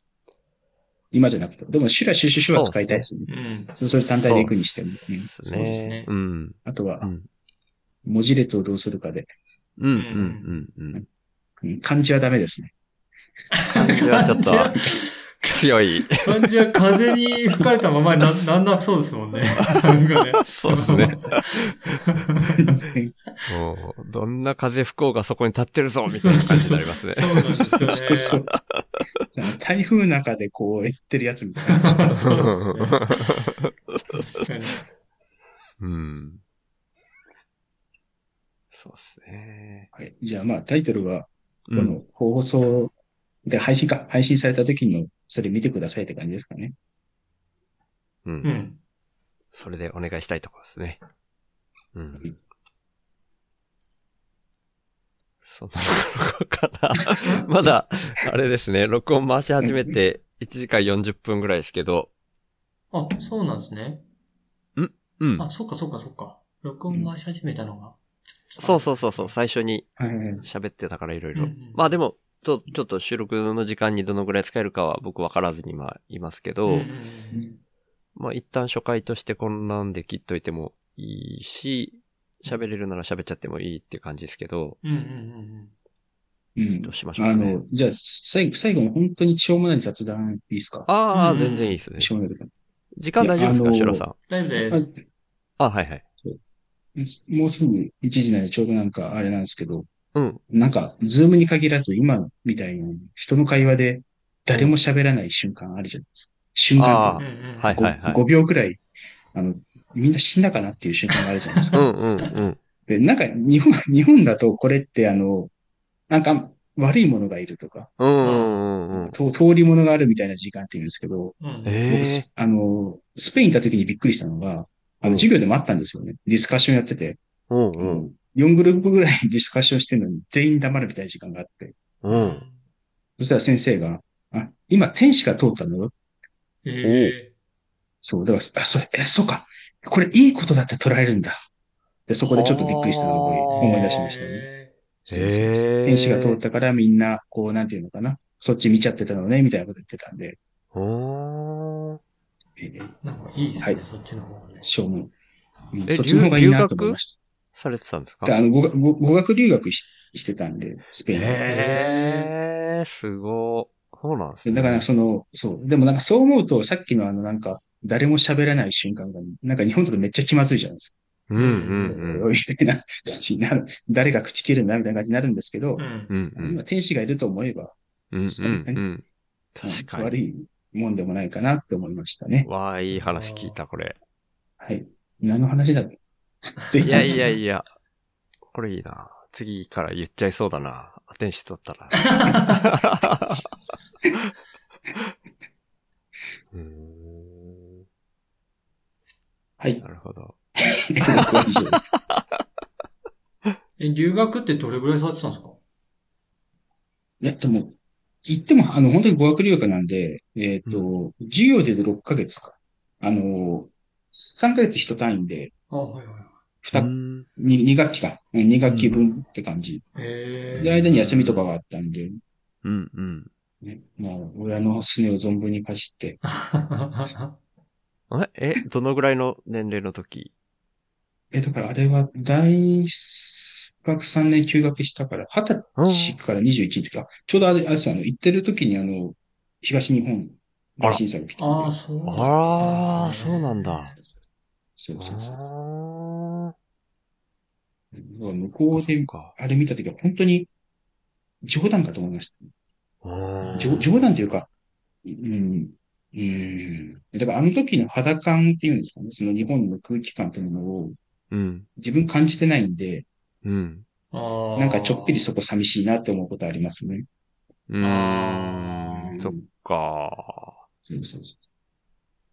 Speaker 4: 今じゃなくて、でも、シュラシュシュシュは使いたいですね。
Speaker 3: うん。
Speaker 4: そそれ単体で行くにしても、ね。
Speaker 2: です
Speaker 3: そうですね
Speaker 2: ね。うん。
Speaker 4: あとは
Speaker 2: うん、
Speaker 4: 文字列をどうするかで、
Speaker 2: うんうんうんうん。
Speaker 4: うん漢字はダメで
Speaker 2: <laughs>
Speaker 4: すね。
Speaker 2: 漢字はちょっと強い。
Speaker 3: 感じは風に吹かれたままにななんなそうですもんね。なんかね。
Speaker 2: そうですね。
Speaker 4: 全
Speaker 2: <laughs> もう、どんな風吹こうがそこに立ってるぞみたいな感じになりますね。
Speaker 3: そうなんですよね。
Speaker 4: 然そう
Speaker 2: <laughs>
Speaker 4: 台風の中でこう、言ってるやつみたいな。
Speaker 3: そうですね。確かに。
Speaker 2: うん。そうですね。
Speaker 4: はいじゃあ、まあ、タイトルは、こ
Speaker 2: うん
Speaker 4: の放送で配信か、配信された時の、それ見てくださいって感じですかね。
Speaker 2: う。
Speaker 3: うんん。
Speaker 2: それでお願いしたいところですね。うん。そんなとこ
Speaker 3: <laughs>
Speaker 2: ろかな。まだ、あれですね、録音回し始めて1時間40分ぐらいですけど、
Speaker 3: あ、そうなんですね。
Speaker 2: うん。
Speaker 3: あ、そっかそっかそっか。録音回し始めたのが。
Speaker 2: そうそうそうそう、最初に
Speaker 4: はいはいはい。
Speaker 2: 喋ってたからいろい
Speaker 3: うん
Speaker 2: ろ
Speaker 3: うん。
Speaker 2: まあでも、ちょちょっと収録の時間にどのぐらい使えるかは僕わからずにまあいますけど、
Speaker 3: うんうんうん
Speaker 2: まあ一旦初回としてこんなんで切っといてもいいし、喋れるなら喋っちゃってもいいって感じですけど、
Speaker 3: うんうんうん
Speaker 4: うん
Speaker 2: どう。しましょう
Speaker 4: あ
Speaker 2: かね。
Speaker 4: の、じゃあ、最後、最後の本当にしょうもない雑談いいですか
Speaker 2: ああ、
Speaker 3: うん
Speaker 2: 全然いいですね。
Speaker 4: しょうもない。
Speaker 2: 時間大丈夫です
Speaker 4: いやあ
Speaker 2: か、
Speaker 4: の
Speaker 2: シュラさん。
Speaker 3: ライブで
Speaker 4: あ
Speaker 3: す。
Speaker 2: あはいはい。
Speaker 4: もうすぐ1時なりちょうどなんかあれなんですけど、
Speaker 2: うん。
Speaker 4: なんか、ズームに限らず、今みたいに人の会話で誰も喋らない瞬間あるじゃないですか。瞬間
Speaker 2: あ
Speaker 3: う
Speaker 4: と
Speaker 3: ん
Speaker 4: いう
Speaker 3: うん
Speaker 2: はい
Speaker 4: かご 5, 秒くらい、あの、みんな死んだかなっていう瞬間があるじゃないで
Speaker 2: <laughs>
Speaker 4: す
Speaker 2: う
Speaker 4: か。
Speaker 2: んうんうん。
Speaker 4: で、なんか、日本、 <laughs> 日本だとこれってあの、なんか、悪いものがいるとか、
Speaker 2: うんうんうんうん。
Speaker 4: と通り物があるみたいな時間って言うんですけど、
Speaker 3: うん
Speaker 2: え
Speaker 4: 僕
Speaker 2: え
Speaker 4: すあの、スペイン行った時にびっくりしたのが、あ
Speaker 2: うん
Speaker 4: の、授業でもあったんですよね。ディスカッションやってて。
Speaker 2: うんうん。
Speaker 4: 4グループぐらいディスカッションしてるのに全員黙るみたいな時間があって。
Speaker 2: うん。
Speaker 4: そしたら先生が、あ、今天使が通ったのよ。
Speaker 3: え
Speaker 4: そう、だから、あ、それ、え、そうか。これいいことだって捉えるんだ。で、そこでちょっとびっくりしたのを思い出しましたね。
Speaker 3: え
Speaker 4: そうそうそう
Speaker 2: ええ。
Speaker 4: 天使が通ったからみんな、こう、なんていうのかな。そっち見ちゃってたのね、みたいなこと言ってたんで。
Speaker 2: おー。
Speaker 4: えー
Speaker 3: なんかいいですね、
Speaker 4: はい
Speaker 3: そっちの方がね。
Speaker 4: しょうもないうん
Speaker 2: え
Speaker 4: そっちの方がいいなと思いまし
Speaker 2: されてたんですか
Speaker 4: た。であの語学語語学留学ししてたんで、スペインに。
Speaker 2: へえ、すごい。そうなんです
Speaker 4: で
Speaker 2: ね。
Speaker 4: だから、その、そう。でもなんかそう思うと、さっきのあのなんか、誰も喋らない瞬間が、なんか日本とかめっちゃ気まずいじゃないです
Speaker 2: うんうん
Speaker 4: か。
Speaker 2: うん。
Speaker 4: みたいな感じになる。誰が口切るんだみたいな感じになるんですけ
Speaker 3: う
Speaker 4: ど、
Speaker 3: ん。
Speaker 2: うんうん。
Speaker 4: 今天使がいると思えば、
Speaker 2: うんうんうん。
Speaker 4: うん
Speaker 2: 確か
Speaker 4: 悪
Speaker 2: に。
Speaker 4: いもんでもないかなって思いました
Speaker 2: <laughs>
Speaker 4: ね。
Speaker 2: わあ、いい話聞いた、これ。
Speaker 4: はい。何の話だろうって
Speaker 2: いやいやいや。これいいな。次から言っちゃいそうだな。天使取った
Speaker 4: <laughs>
Speaker 2: ら。うーん
Speaker 4: はい
Speaker 2: な。るほど。
Speaker 4: <laughs> 僕は以上です
Speaker 3: え、留学ってどれぐらい触ってたんですか
Speaker 4: いや、でも、言っても、あの、本当に語学留学なんで、えっ、と、授業で言うと6ヶ月か。あの、3ヶ月一単位で、
Speaker 3: あ、はいはい。
Speaker 4: 二に2学期か。うん2学期分って感じ。
Speaker 3: へ <laughs>
Speaker 4: で、
Speaker 3: え。
Speaker 4: 間に休みとかがあったんで、
Speaker 2: うん、うん。
Speaker 4: ね、まあ、親のすねを存分に貸して、
Speaker 2: あれえ、どのぐらいの年齢の時
Speaker 4: え、だからあれは大学3年休学したから、20歳から21の時か、ちょうどあれ、あれですよあの、行ってる時にあの、東日本大震災が来たん
Speaker 3: あ
Speaker 4: で
Speaker 3: あ、、そうだっ
Speaker 2: あ
Speaker 3: たん
Speaker 2: あ、
Speaker 3: です
Speaker 2: そ
Speaker 3: ね
Speaker 2: うなんだ。
Speaker 4: そう
Speaker 2: あ
Speaker 4: そうそう。だか
Speaker 2: ー
Speaker 4: ら向こう
Speaker 2: そ
Speaker 4: で
Speaker 2: っ、か
Speaker 4: あれ見た時は本当に冗談かと思いまし
Speaker 2: うん
Speaker 4: た。冗冗談というか、うん、うん。だからあの時の肌感っていうんですかね、その日本の空気感というものを
Speaker 2: うん。
Speaker 4: 自分感じてないんで、
Speaker 2: うん。
Speaker 3: ああ
Speaker 4: なんかちょっぴりそこ寂しいなって思うことありますね。
Speaker 2: うーん。そっか。
Speaker 4: そうそうそ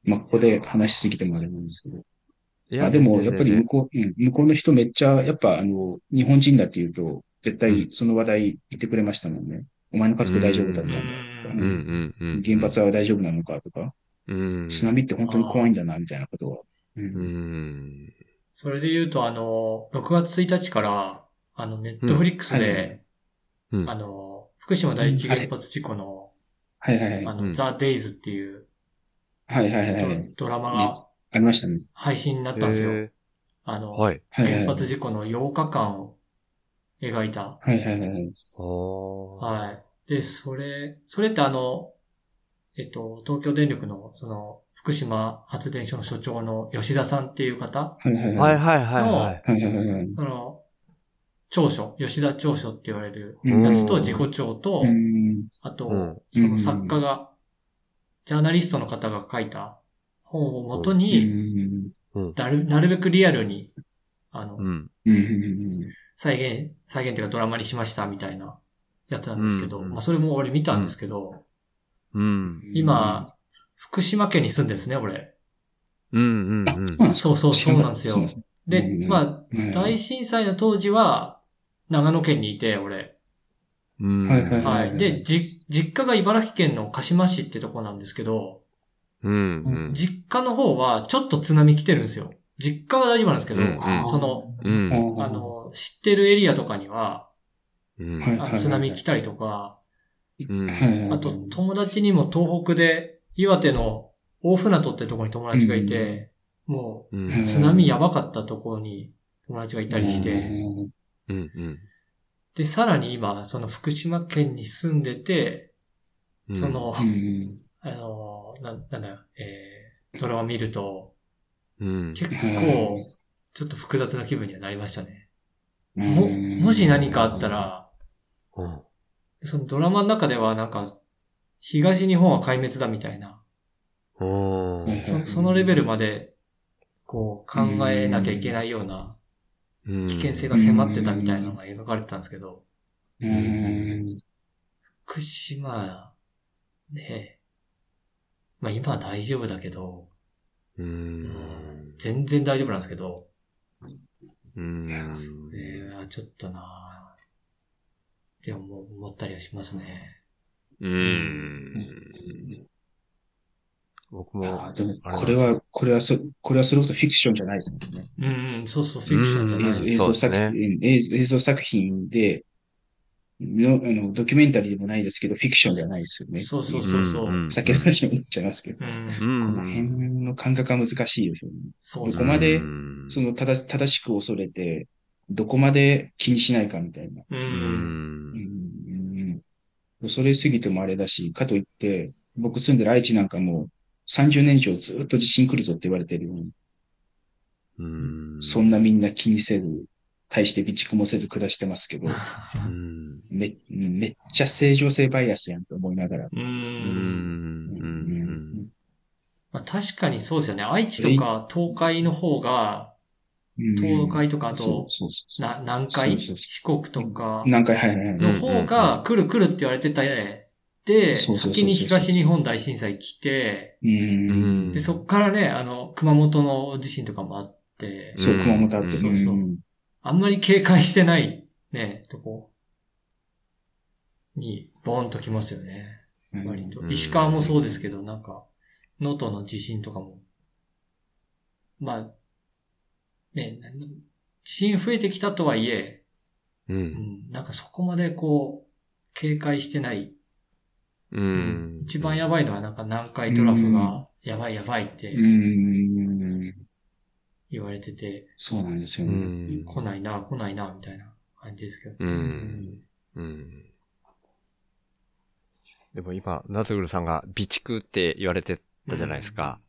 Speaker 4: う。まあ、ここで話しすぎてもあれなんですけど。
Speaker 2: い
Speaker 4: まあ、でも、やっぱり
Speaker 2: 全
Speaker 4: 向
Speaker 2: 然
Speaker 4: こう、うん向こうの人めっちゃ、やっぱ、あの、日本人だって言うと、絶対その話題言ってくれましたもんね。お前の活動大丈夫だったんだとか、
Speaker 2: う
Speaker 3: う
Speaker 2: んうんうん。
Speaker 4: 原発は大丈夫なのかとか、
Speaker 2: うん。
Speaker 4: 津波って本当に怖いんだな、みたいなことは。うん
Speaker 2: うん。
Speaker 3: それで言うと、あの、6月1日から、あの、ネットフリックスで、
Speaker 2: うん
Speaker 3: あの、福島第一原発事故の、
Speaker 4: はいはいは
Speaker 3: あ
Speaker 4: い。
Speaker 3: の、
Speaker 2: うん
Speaker 3: ザ・デイズっていう
Speaker 4: はいはいはい
Speaker 3: ド,、
Speaker 4: はい。
Speaker 3: ラマが
Speaker 4: ありましたね。
Speaker 3: 配信になったんですよ。
Speaker 2: へ
Speaker 3: あ
Speaker 2: ー
Speaker 3: の、
Speaker 2: はい。
Speaker 4: はいはい
Speaker 3: 原
Speaker 4: はい。
Speaker 3: 発事故の8日間を描いた。
Speaker 4: はいはいはいはい。
Speaker 2: あー
Speaker 3: はい。で、それ、それってあの、えっと、東京電力の、その、福島発電所の所長の吉田さんっていう方
Speaker 4: はいはいは。
Speaker 2: はいいはいはいはい。
Speaker 4: はいはいはいはい。
Speaker 3: その、長所、吉田長所って言われる
Speaker 4: うん
Speaker 3: やつと自己長と、
Speaker 4: うん
Speaker 3: あと、
Speaker 2: うん
Speaker 3: その作家が、ジャーナリストの方が書いた本をもと
Speaker 4: う
Speaker 3: に、
Speaker 4: ん
Speaker 3: なる、なるべくリアルに、あの、
Speaker 2: うん。
Speaker 4: うんうん
Speaker 3: 再現、再現っていうかドラマにしましたみたいなやつなんですけど、
Speaker 2: うんうん
Speaker 3: まあそれも俺見たんですけど、
Speaker 2: うん。
Speaker 3: 今、福島県に住んでるんですね、俺。
Speaker 2: うんうんうん。
Speaker 3: そうそう、そうなんです
Speaker 4: 知ら
Speaker 3: よ
Speaker 4: なかっ。
Speaker 3: で、
Speaker 4: うんうん
Speaker 3: ま
Speaker 4: た
Speaker 3: あ、大震災の当時は、長野県にいて、俺。
Speaker 2: うん。
Speaker 4: はいはい
Speaker 3: は
Speaker 4: う
Speaker 3: い。
Speaker 4: ん
Speaker 3: で、じ、実家が茨城県の鹿島市ってとこなんですけど、
Speaker 2: うんうん。
Speaker 3: 実家の方はちょっと津波来てるんですよ。実家は大丈夫なんですけど、
Speaker 2: うんうん
Speaker 3: その、
Speaker 2: うん。
Speaker 3: あ、の、知ってるエリアとかには、
Speaker 2: うん。
Speaker 4: はい
Speaker 3: あの津波来たりとか、
Speaker 2: うん
Speaker 3: あと友達にも東北で、岩手の大船渡ってとこに友達がいて、も
Speaker 2: う。
Speaker 3: うん津波やばかったところに友達がいたりして、
Speaker 2: うんうん
Speaker 3: で、さらに今、その福島県に住んでて、
Speaker 2: うん。
Speaker 3: その
Speaker 4: う、ん、
Speaker 3: あの、ななんだよ、えー、ドラマ見ると、
Speaker 2: うん。
Speaker 3: 結
Speaker 4: は
Speaker 3: 構
Speaker 4: い、
Speaker 3: ちょっと複雑な気分にはなりましたね。
Speaker 4: うん
Speaker 3: も、もし何かあった、ら、
Speaker 2: うん。
Speaker 3: そのドラマの中ではなんか、東日本は壊滅だみたいな、
Speaker 2: うん
Speaker 3: そそのレベルまで、こう、考えなきゃいけないような
Speaker 2: うん
Speaker 3: 危険性が迫ってたみたいなのが描かれてたんですけど、
Speaker 4: うん、
Speaker 3: 福島、ねえ、まあ今は大丈夫だけど、
Speaker 2: うん。
Speaker 3: 全然大丈夫なんですけど、
Speaker 2: うん。
Speaker 3: えー、ちょっとなぁって思思ったりはしますね。
Speaker 2: うん。僕
Speaker 4: あ
Speaker 2: も、
Speaker 4: でもこれは、これはそ、これはそれこそフィクションじゃないですもんね。
Speaker 3: うん、うん、そうそう、フィクションじゃな
Speaker 2: う
Speaker 3: い
Speaker 2: ん
Speaker 3: で
Speaker 4: 映
Speaker 3: す
Speaker 4: 像
Speaker 2: うんそう
Speaker 4: 映像作
Speaker 2: です
Speaker 4: 品、映像映像作品でのあの、ドキュメンタリーでもないですけど、フィクションではないですよね。
Speaker 3: そうそうそうそう。
Speaker 2: うん
Speaker 4: さっきの話も言っちゃいますけ
Speaker 3: う
Speaker 4: ど、
Speaker 3: ん
Speaker 2: う
Speaker 4: この辺
Speaker 2: ん。
Speaker 4: の感覚は難しいですよね。
Speaker 3: そうです
Speaker 4: こまで
Speaker 2: うん
Speaker 4: その正し正しく恐れて、どこまで気にしないかみたいな。
Speaker 3: う。
Speaker 2: うんん。
Speaker 4: うん恐れすぎてもあれだし、かといって、僕住んでる愛知なんかも30年以上ずっと地震来るぞって言われてるように、
Speaker 2: うん。
Speaker 4: そんなみんな気にせず、大して備蓄もせず暮らしてますけど、
Speaker 2: うん。
Speaker 4: めめっちゃ正常性バイアスやんと思いながら。
Speaker 3: う。
Speaker 2: うんん。
Speaker 3: まあ確かにそうですよね。愛知とか東海の方が、
Speaker 4: うん
Speaker 3: 東海とかあ
Speaker 4: そ
Speaker 3: と
Speaker 4: う、そうそう
Speaker 3: な南
Speaker 4: そう
Speaker 3: 海、
Speaker 4: そうそう
Speaker 3: 四国とか
Speaker 4: 何回、はいはいはい。
Speaker 3: の方が来る来るって言われてたで、で、
Speaker 4: そうそうそうそう
Speaker 3: 先に東日本大震災来て、
Speaker 4: うん
Speaker 2: うん。
Speaker 3: で、そっからね、あの、熊本の地震とかもあって、
Speaker 4: そう、
Speaker 2: うん
Speaker 4: 熊本あって。
Speaker 3: そうそうあんまり警戒してない、ね、とこ、に、ボーンときますよね。
Speaker 4: うん
Speaker 3: 割と
Speaker 2: う。ん
Speaker 3: 石川もそうですけど、なんか、能登の地震とかも、まあ、ね、な地震増えてきたとはいえ、
Speaker 2: う。
Speaker 3: うんん、なんかそこまでこう、警戒してない。
Speaker 2: うん。
Speaker 3: 一番やばいのはなんか南海トラフが、やばいやばいって
Speaker 4: うん。
Speaker 3: 言われてて、
Speaker 4: そうなんですよ
Speaker 2: う
Speaker 4: ね。
Speaker 2: ん。
Speaker 3: 来ないな、来ないな、みたいな感じですけど。
Speaker 2: う。。
Speaker 4: うん
Speaker 2: うん。でも今、ナズグルさんが備蓄って言われてたじゃないですか。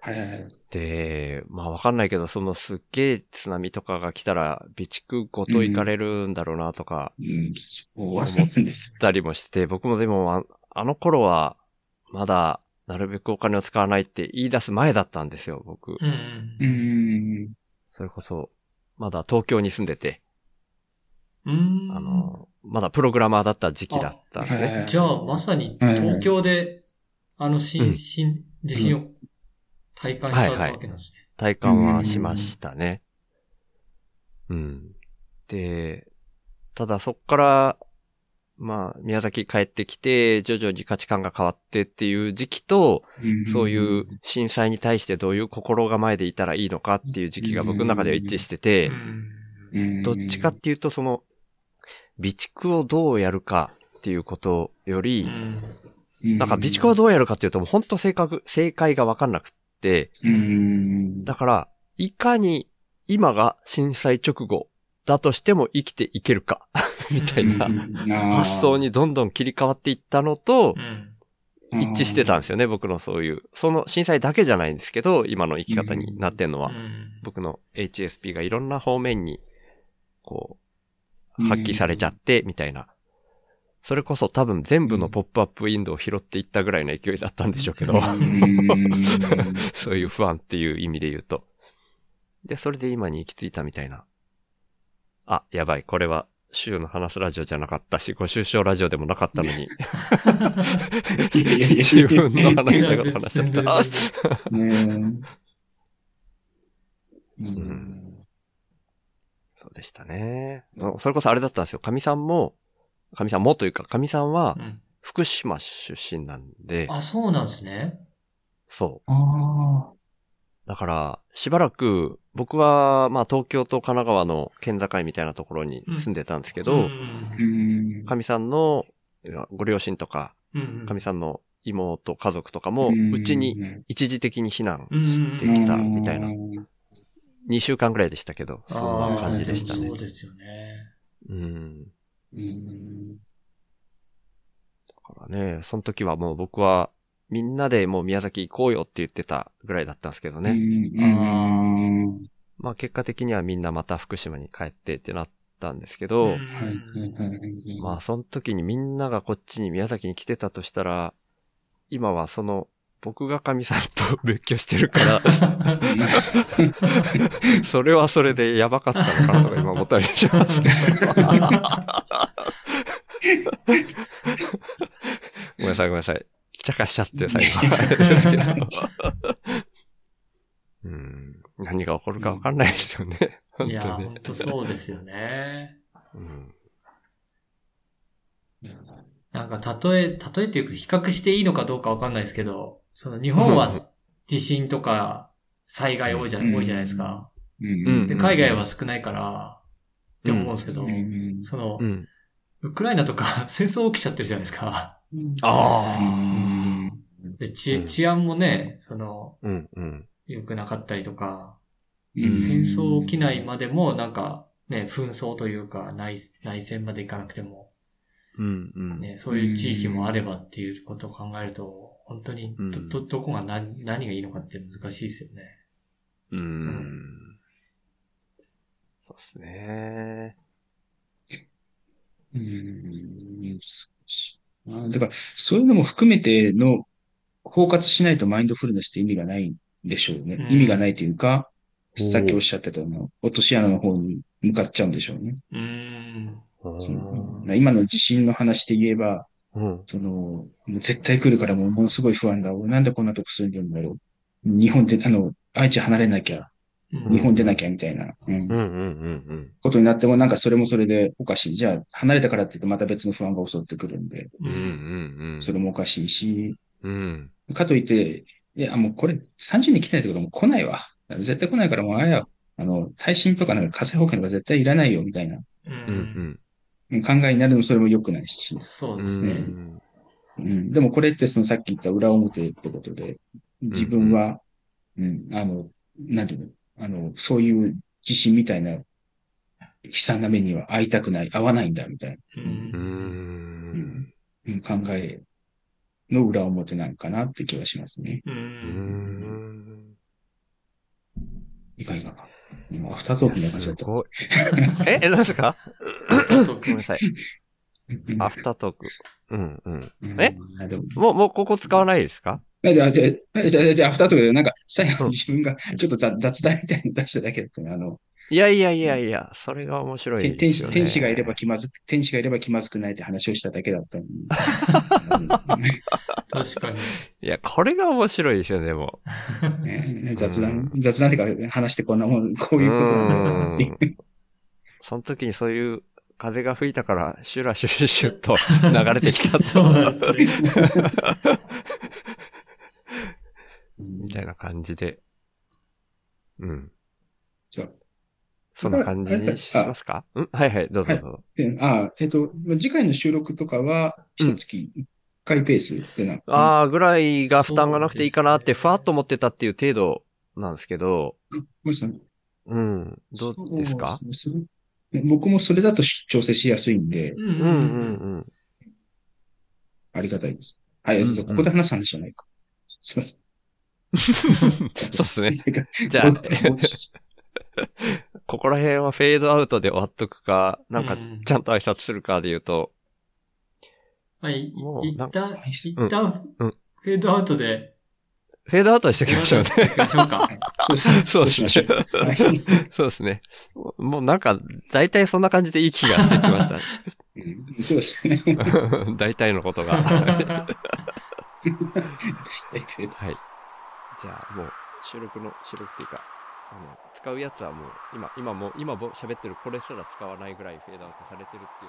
Speaker 4: はいはいはい。
Speaker 2: で、まあわかんないけど、そのすっげえ津波とかが来たら、備蓄ごと行かれるんだろうなとか、
Speaker 4: うん、そうなんです。
Speaker 2: たりもして、僕もでもあ、あの頃は、まだ、なるべくお金を使わないって言い出す前だったんですよ、僕。
Speaker 3: うん。
Speaker 4: う
Speaker 3: うん。
Speaker 4: ん。
Speaker 2: それこそ、まだ東京に住んでて、
Speaker 3: うん。
Speaker 2: あの、まだプログラマーだった時期だったんですね。
Speaker 4: はい
Speaker 3: じゃあ、まさに東京で、あの、し
Speaker 2: うん
Speaker 3: ん、しん、地震を体感したわけなんですね。
Speaker 2: 体感はしましたね。うん。で、ただそっから、まあ、宮崎帰ってきて、徐々に価値観が変わってっていう時期と、そういう震災に対してどういう心構えでいたらいいのかっていう時期が僕の中では一致してて、
Speaker 4: うん、
Speaker 2: どっちかっていうとその、備蓄をどうやるかっていうことよ
Speaker 3: う
Speaker 2: り
Speaker 3: ん。、
Speaker 2: な
Speaker 4: な
Speaker 2: んか備蓄をど
Speaker 4: ど
Speaker 2: うやるかっていうと、本当正確、正解がわかんなくって、
Speaker 4: うん。
Speaker 2: だから、いかに今が震災直後だとしても生きていけるか、 <laughs> みたいな発想にどんどん切り替わっていったのと
Speaker 3: う、ん。
Speaker 2: 一致してたんですよね、僕のそういう。その震災だけじゃないんですけど、今の生き方になってんの
Speaker 3: う
Speaker 2: は、
Speaker 3: ん。
Speaker 2: 僕の HSP がいろんな方面に、こう、
Speaker 4: うん
Speaker 2: 発揮されちゃって、みたいな。それこそ多分全部のポップアップウィンドウを拾っていったぐらいの勢いだったんでしょうけど。
Speaker 4: うん。
Speaker 2: そういう不安っていう意味で言うと。で、それで今に行き着いたみたいな。あ、やばい、これは、週の話すラジオじゃなかったし、ご愁傷ラジオでもなかったのに、
Speaker 4: いやいやいや
Speaker 2: <laughs> 自分の話したいこと話しちゃっ
Speaker 3: <laughs> 全然
Speaker 2: た。
Speaker 3: 全然
Speaker 4: うん。
Speaker 2: そうでしたね。それこそあれだったんですよ。神さんも、神さんもというか、神さんは
Speaker 3: うん
Speaker 2: 福島出身なんで、
Speaker 3: あ、そうなんですね。
Speaker 2: そ
Speaker 4: ああ。
Speaker 2: う。だから、しばらく、僕は、まあ、東京と神奈川の県境みたいなところに住んでたんですけ
Speaker 3: う
Speaker 2: ど、
Speaker 3: ん
Speaker 4: うん。
Speaker 2: 神さんの、いやご両親とか、
Speaker 3: うん。
Speaker 2: 神さんの妹、家族とかも、うちに一時的に避難
Speaker 3: うん
Speaker 2: してきたみたいな、2週間ぐらいでしたけど、そんな
Speaker 3: ああ、
Speaker 2: 感じでした
Speaker 3: で
Speaker 2: ね
Speaker 3: もそう。ですよね。
Speaker 2: うん。
Speaker 4: うん。
Speaker 2: だからね、その時はもう僕は、みんなでもう宮崎行こうよって言ってたぐらいだったんですけどね。
Speaker 4: うん。
Speaker 2: まあ結果的にはみんなまた福島に帰ってってなったんですけど、
Speaker 3: うん
Speaker 4: はい
Speaker 3: <laughs>
Speaker 4: はいはい。
Speaker 2: まあその時にみんながこっちに宮崎に来てたとしたら、今はその、僕が神さんと別居してるから、
Speaker 3: <laughs>
Speaker 2: それはそれでやばかったのかなとか今思ったりしますけど。 <laughs> ごめんなさいごめんなさい。ちゃかしちゃって最後。ですけどうん。何が起こるかわかんないですよね。本
Speaker 3: いや、
Speaker 2: 当に
Speaker 3: 本
Speaker 2: ね。
Speaker 3: 当そうですよね。
Speaker 2: うん
Speaker 3: なんか、例え、例えっていうか、比較していいのかどうかわかんないですけど、その、日本は
Speaker 2: うん
Speaker 3: 地震とか災害多いじゃ、
Speaker 4: うん
Speaker 3: 多いじゃないですか。
Speaker 4: うん
Speaker 3: で、海外は少ないから、って思うんですけど、
Speaker 4: うん
Speaker 3: その
Speaker 2: う、ん。
Speaker 3: ウクライナとか <laughs> 戦争起きちゃってるじゃないですか。
Speaker 2: ああ。
Speaker 3: で、
Speaker 2: う
Speaker 3: 治
Speaker 2: ん
Speaker 3: 治安もね、その、
Speaker 2: うんうん。
Speaker 3: 良くなかったりとか、
Speaker 2: うん
Speaker 3: 戦争起きないまでも、なんか、ね、紛争というか、内、内戦までいかなくても、
Speaker 2: うんうん。
Speaker 3: ね、そういう地域もあればっていうことを考えると、本当に
Speaker 2: うん
Speaker 3: ど、ど、どこが何、何がいいのかって難しいですよね。
Speaker 2: うん。そうっすね。
Speaker 4: うん。あだから、そういうのも含めての、包括しないとマインドフルネスって意味がないんでしょうね。
Speaker 3: うん
Speaker 4: 意味がないというか、さっきおっしゃってたの、落とし穴の方に向かっちゃうんでしょうね。
Speaker 3: うーん。
Speaker 4: その今の地震の話で言えば、
Speaker 2: うん。
Speaker 4: その、もう絶対来るからもうものすごい不安だ。俺なんでこんなとこ住んでるんだろう。日本で、あの、愛知離れなきゃ
Speaker 3: うん
Speaker 4: 日本でなきゃみたいな、うん
Speaker 5: うんうんうん
Speaker 4: ことになっても、なんかそれもそれでおかしい。じゃあ、離れたからって言ってまた別の不安が襲ってくるんで、
Speaker 5: うん。うんうん
Speaker 4: それもおかしいし、
Speaker 5: うん。うん。
Speaker 4: かといって、いや、もうこれ30人来てないってことはもう来ないわ。絶対来ないからもうあれや、あの、耐震とかなんか火災保険とか絶対いらないよみたいな
Speaker 3: う。
Speaker 5: うんん
Speaker 4: うん考えになるのそれも良くないし。
Speaker 3: そう
Speaker 5: う
Speaker 3: です
Speaker 5: ん
Speaker 3: ね。
Speaker 4: うん、でもこれってそのさっき言った裏表ってことで、自分は、うん、あの、なんていうの、あの、そういう地震みたいな悲惨な目には会いたくない、会わないんだ、みたいな、
Speaker 3: う。
Speaker 5: うんん。
Speaker 4: うん、考えの裏表なんかなって気はしますね。
Speaker 3: う。
Speaker 5: うんん。
Speaker 4: いかいかか。今、アフタートークみたいな感じだった。
Speaker 2: ごい。え、え、何ですか
Speaker 3: アフタートー
Speaker 2: ご
Speaker 3: ク
Speaker 2: めんなさい。
Speaker 4: うん
Speaker 2: アフタートーク。うんうん。
Speaker 4: うん
Speaker 2: え
Speaker 4: あでも
Speaker 2: もう、もうここ使わないですか
Speaker 4: あじゃあ、じゃあ、じゃあ、じゃあアフタートークで、なんか、最後に自分がちょっと雑雑談みたいに出しただけだったね。あの、
Speaker 2: いやいやいやいや、それが面白い
Speaker 4: 天
Speaker 2: で
Speaker 4: 天
Speaker 2: す
Speaker 4: 使
Speaker 2: よ、ね。
Speaker 4: 天使がいれば気まずく、天使がいれば気まずくないって話をしただけだったのに
Speaker 3: 確かに。
Speaker 2: いや、これが面白いですよ、でも。
Speaker 4: うんね雑談、雑談っていうか話してこんなもん、こういうことなんだなっていう
Speaker 2: うんその時にそういう風が吹いたから、シュラシュシュシュッと流れてき
Speaker 4: <laughs>
Speaker 2: たと。
Speaker 3: <laughs> そうなんですね。
Speaker 2: みたいな感じで。うん。
Speaker 4: じゃあ
Speaker 2: そんな感じにしますかうんはいはい、どうぞどうぞ。
Speaker 4: であ、えっと、次回の収録とかは、一月1回ペースってな。
Speaker 2: ああ、ぐらいが負担がなくていいかなって、ふわっと思ってたっていう程度なんですけど、
Speaker 4: もしね
Speaker 2: うん。どうですか
Speaker 4: そうですね僕もそれだと調整しやすいんで、
Speaker 3: うん
Speaker 2: うんうん。うん。
Speaker 4: ありがたいです。はい、えっとここで話す話じゃないか。すいません。
Speaker 2: そうですね。
Speaker 4: なんか
Speaker 2: <laughs> じゃあ、ここら辺はフェードアウトで終わっとくか、なんか
Speaker 3: う、ん
Speaker 2: ちゃんと挨拶するかで言うと、
Speaker 3: まあ、い
Speaker 2: もう
Speaker 3: 一
Speaker 2: なん
Speaker 3: 旦、一
Speaker 2: うん
Speaker 3: 旦、
Speaker 2: うん
Speaker 3: フェードアウトで、
Speaker 2: フェードアウトしてお
Speaker 3: フ
Speaker 2: き
Speaker 3: ェ
Speaker 2: ましょうね。
Speaker 3: ードアウトしていきましょ
Speaker 2: <laughs>
Speaker 3: うか。
Speaker 4: そうですね。 <laughs> そ
Speaker 2: そう
Speaker 3: そうですね
Speaker 4: うしましょう。
Speaker 2: ですね。もうなんか、大体そんな感じでいい気がしてきまし
Speaker 4: うんそうですね。
Speaker 2: た。 <laughs> 大体の
Speaker 4: <laughs>
Speaker 2: ことが。はい。じゃあ、もう、収録の、収録っていうか、あの、使うやつはもう、今、今もう、今ぼ喋ってるこれすら使わないぐらいフェードアウトされてるっていう前提で。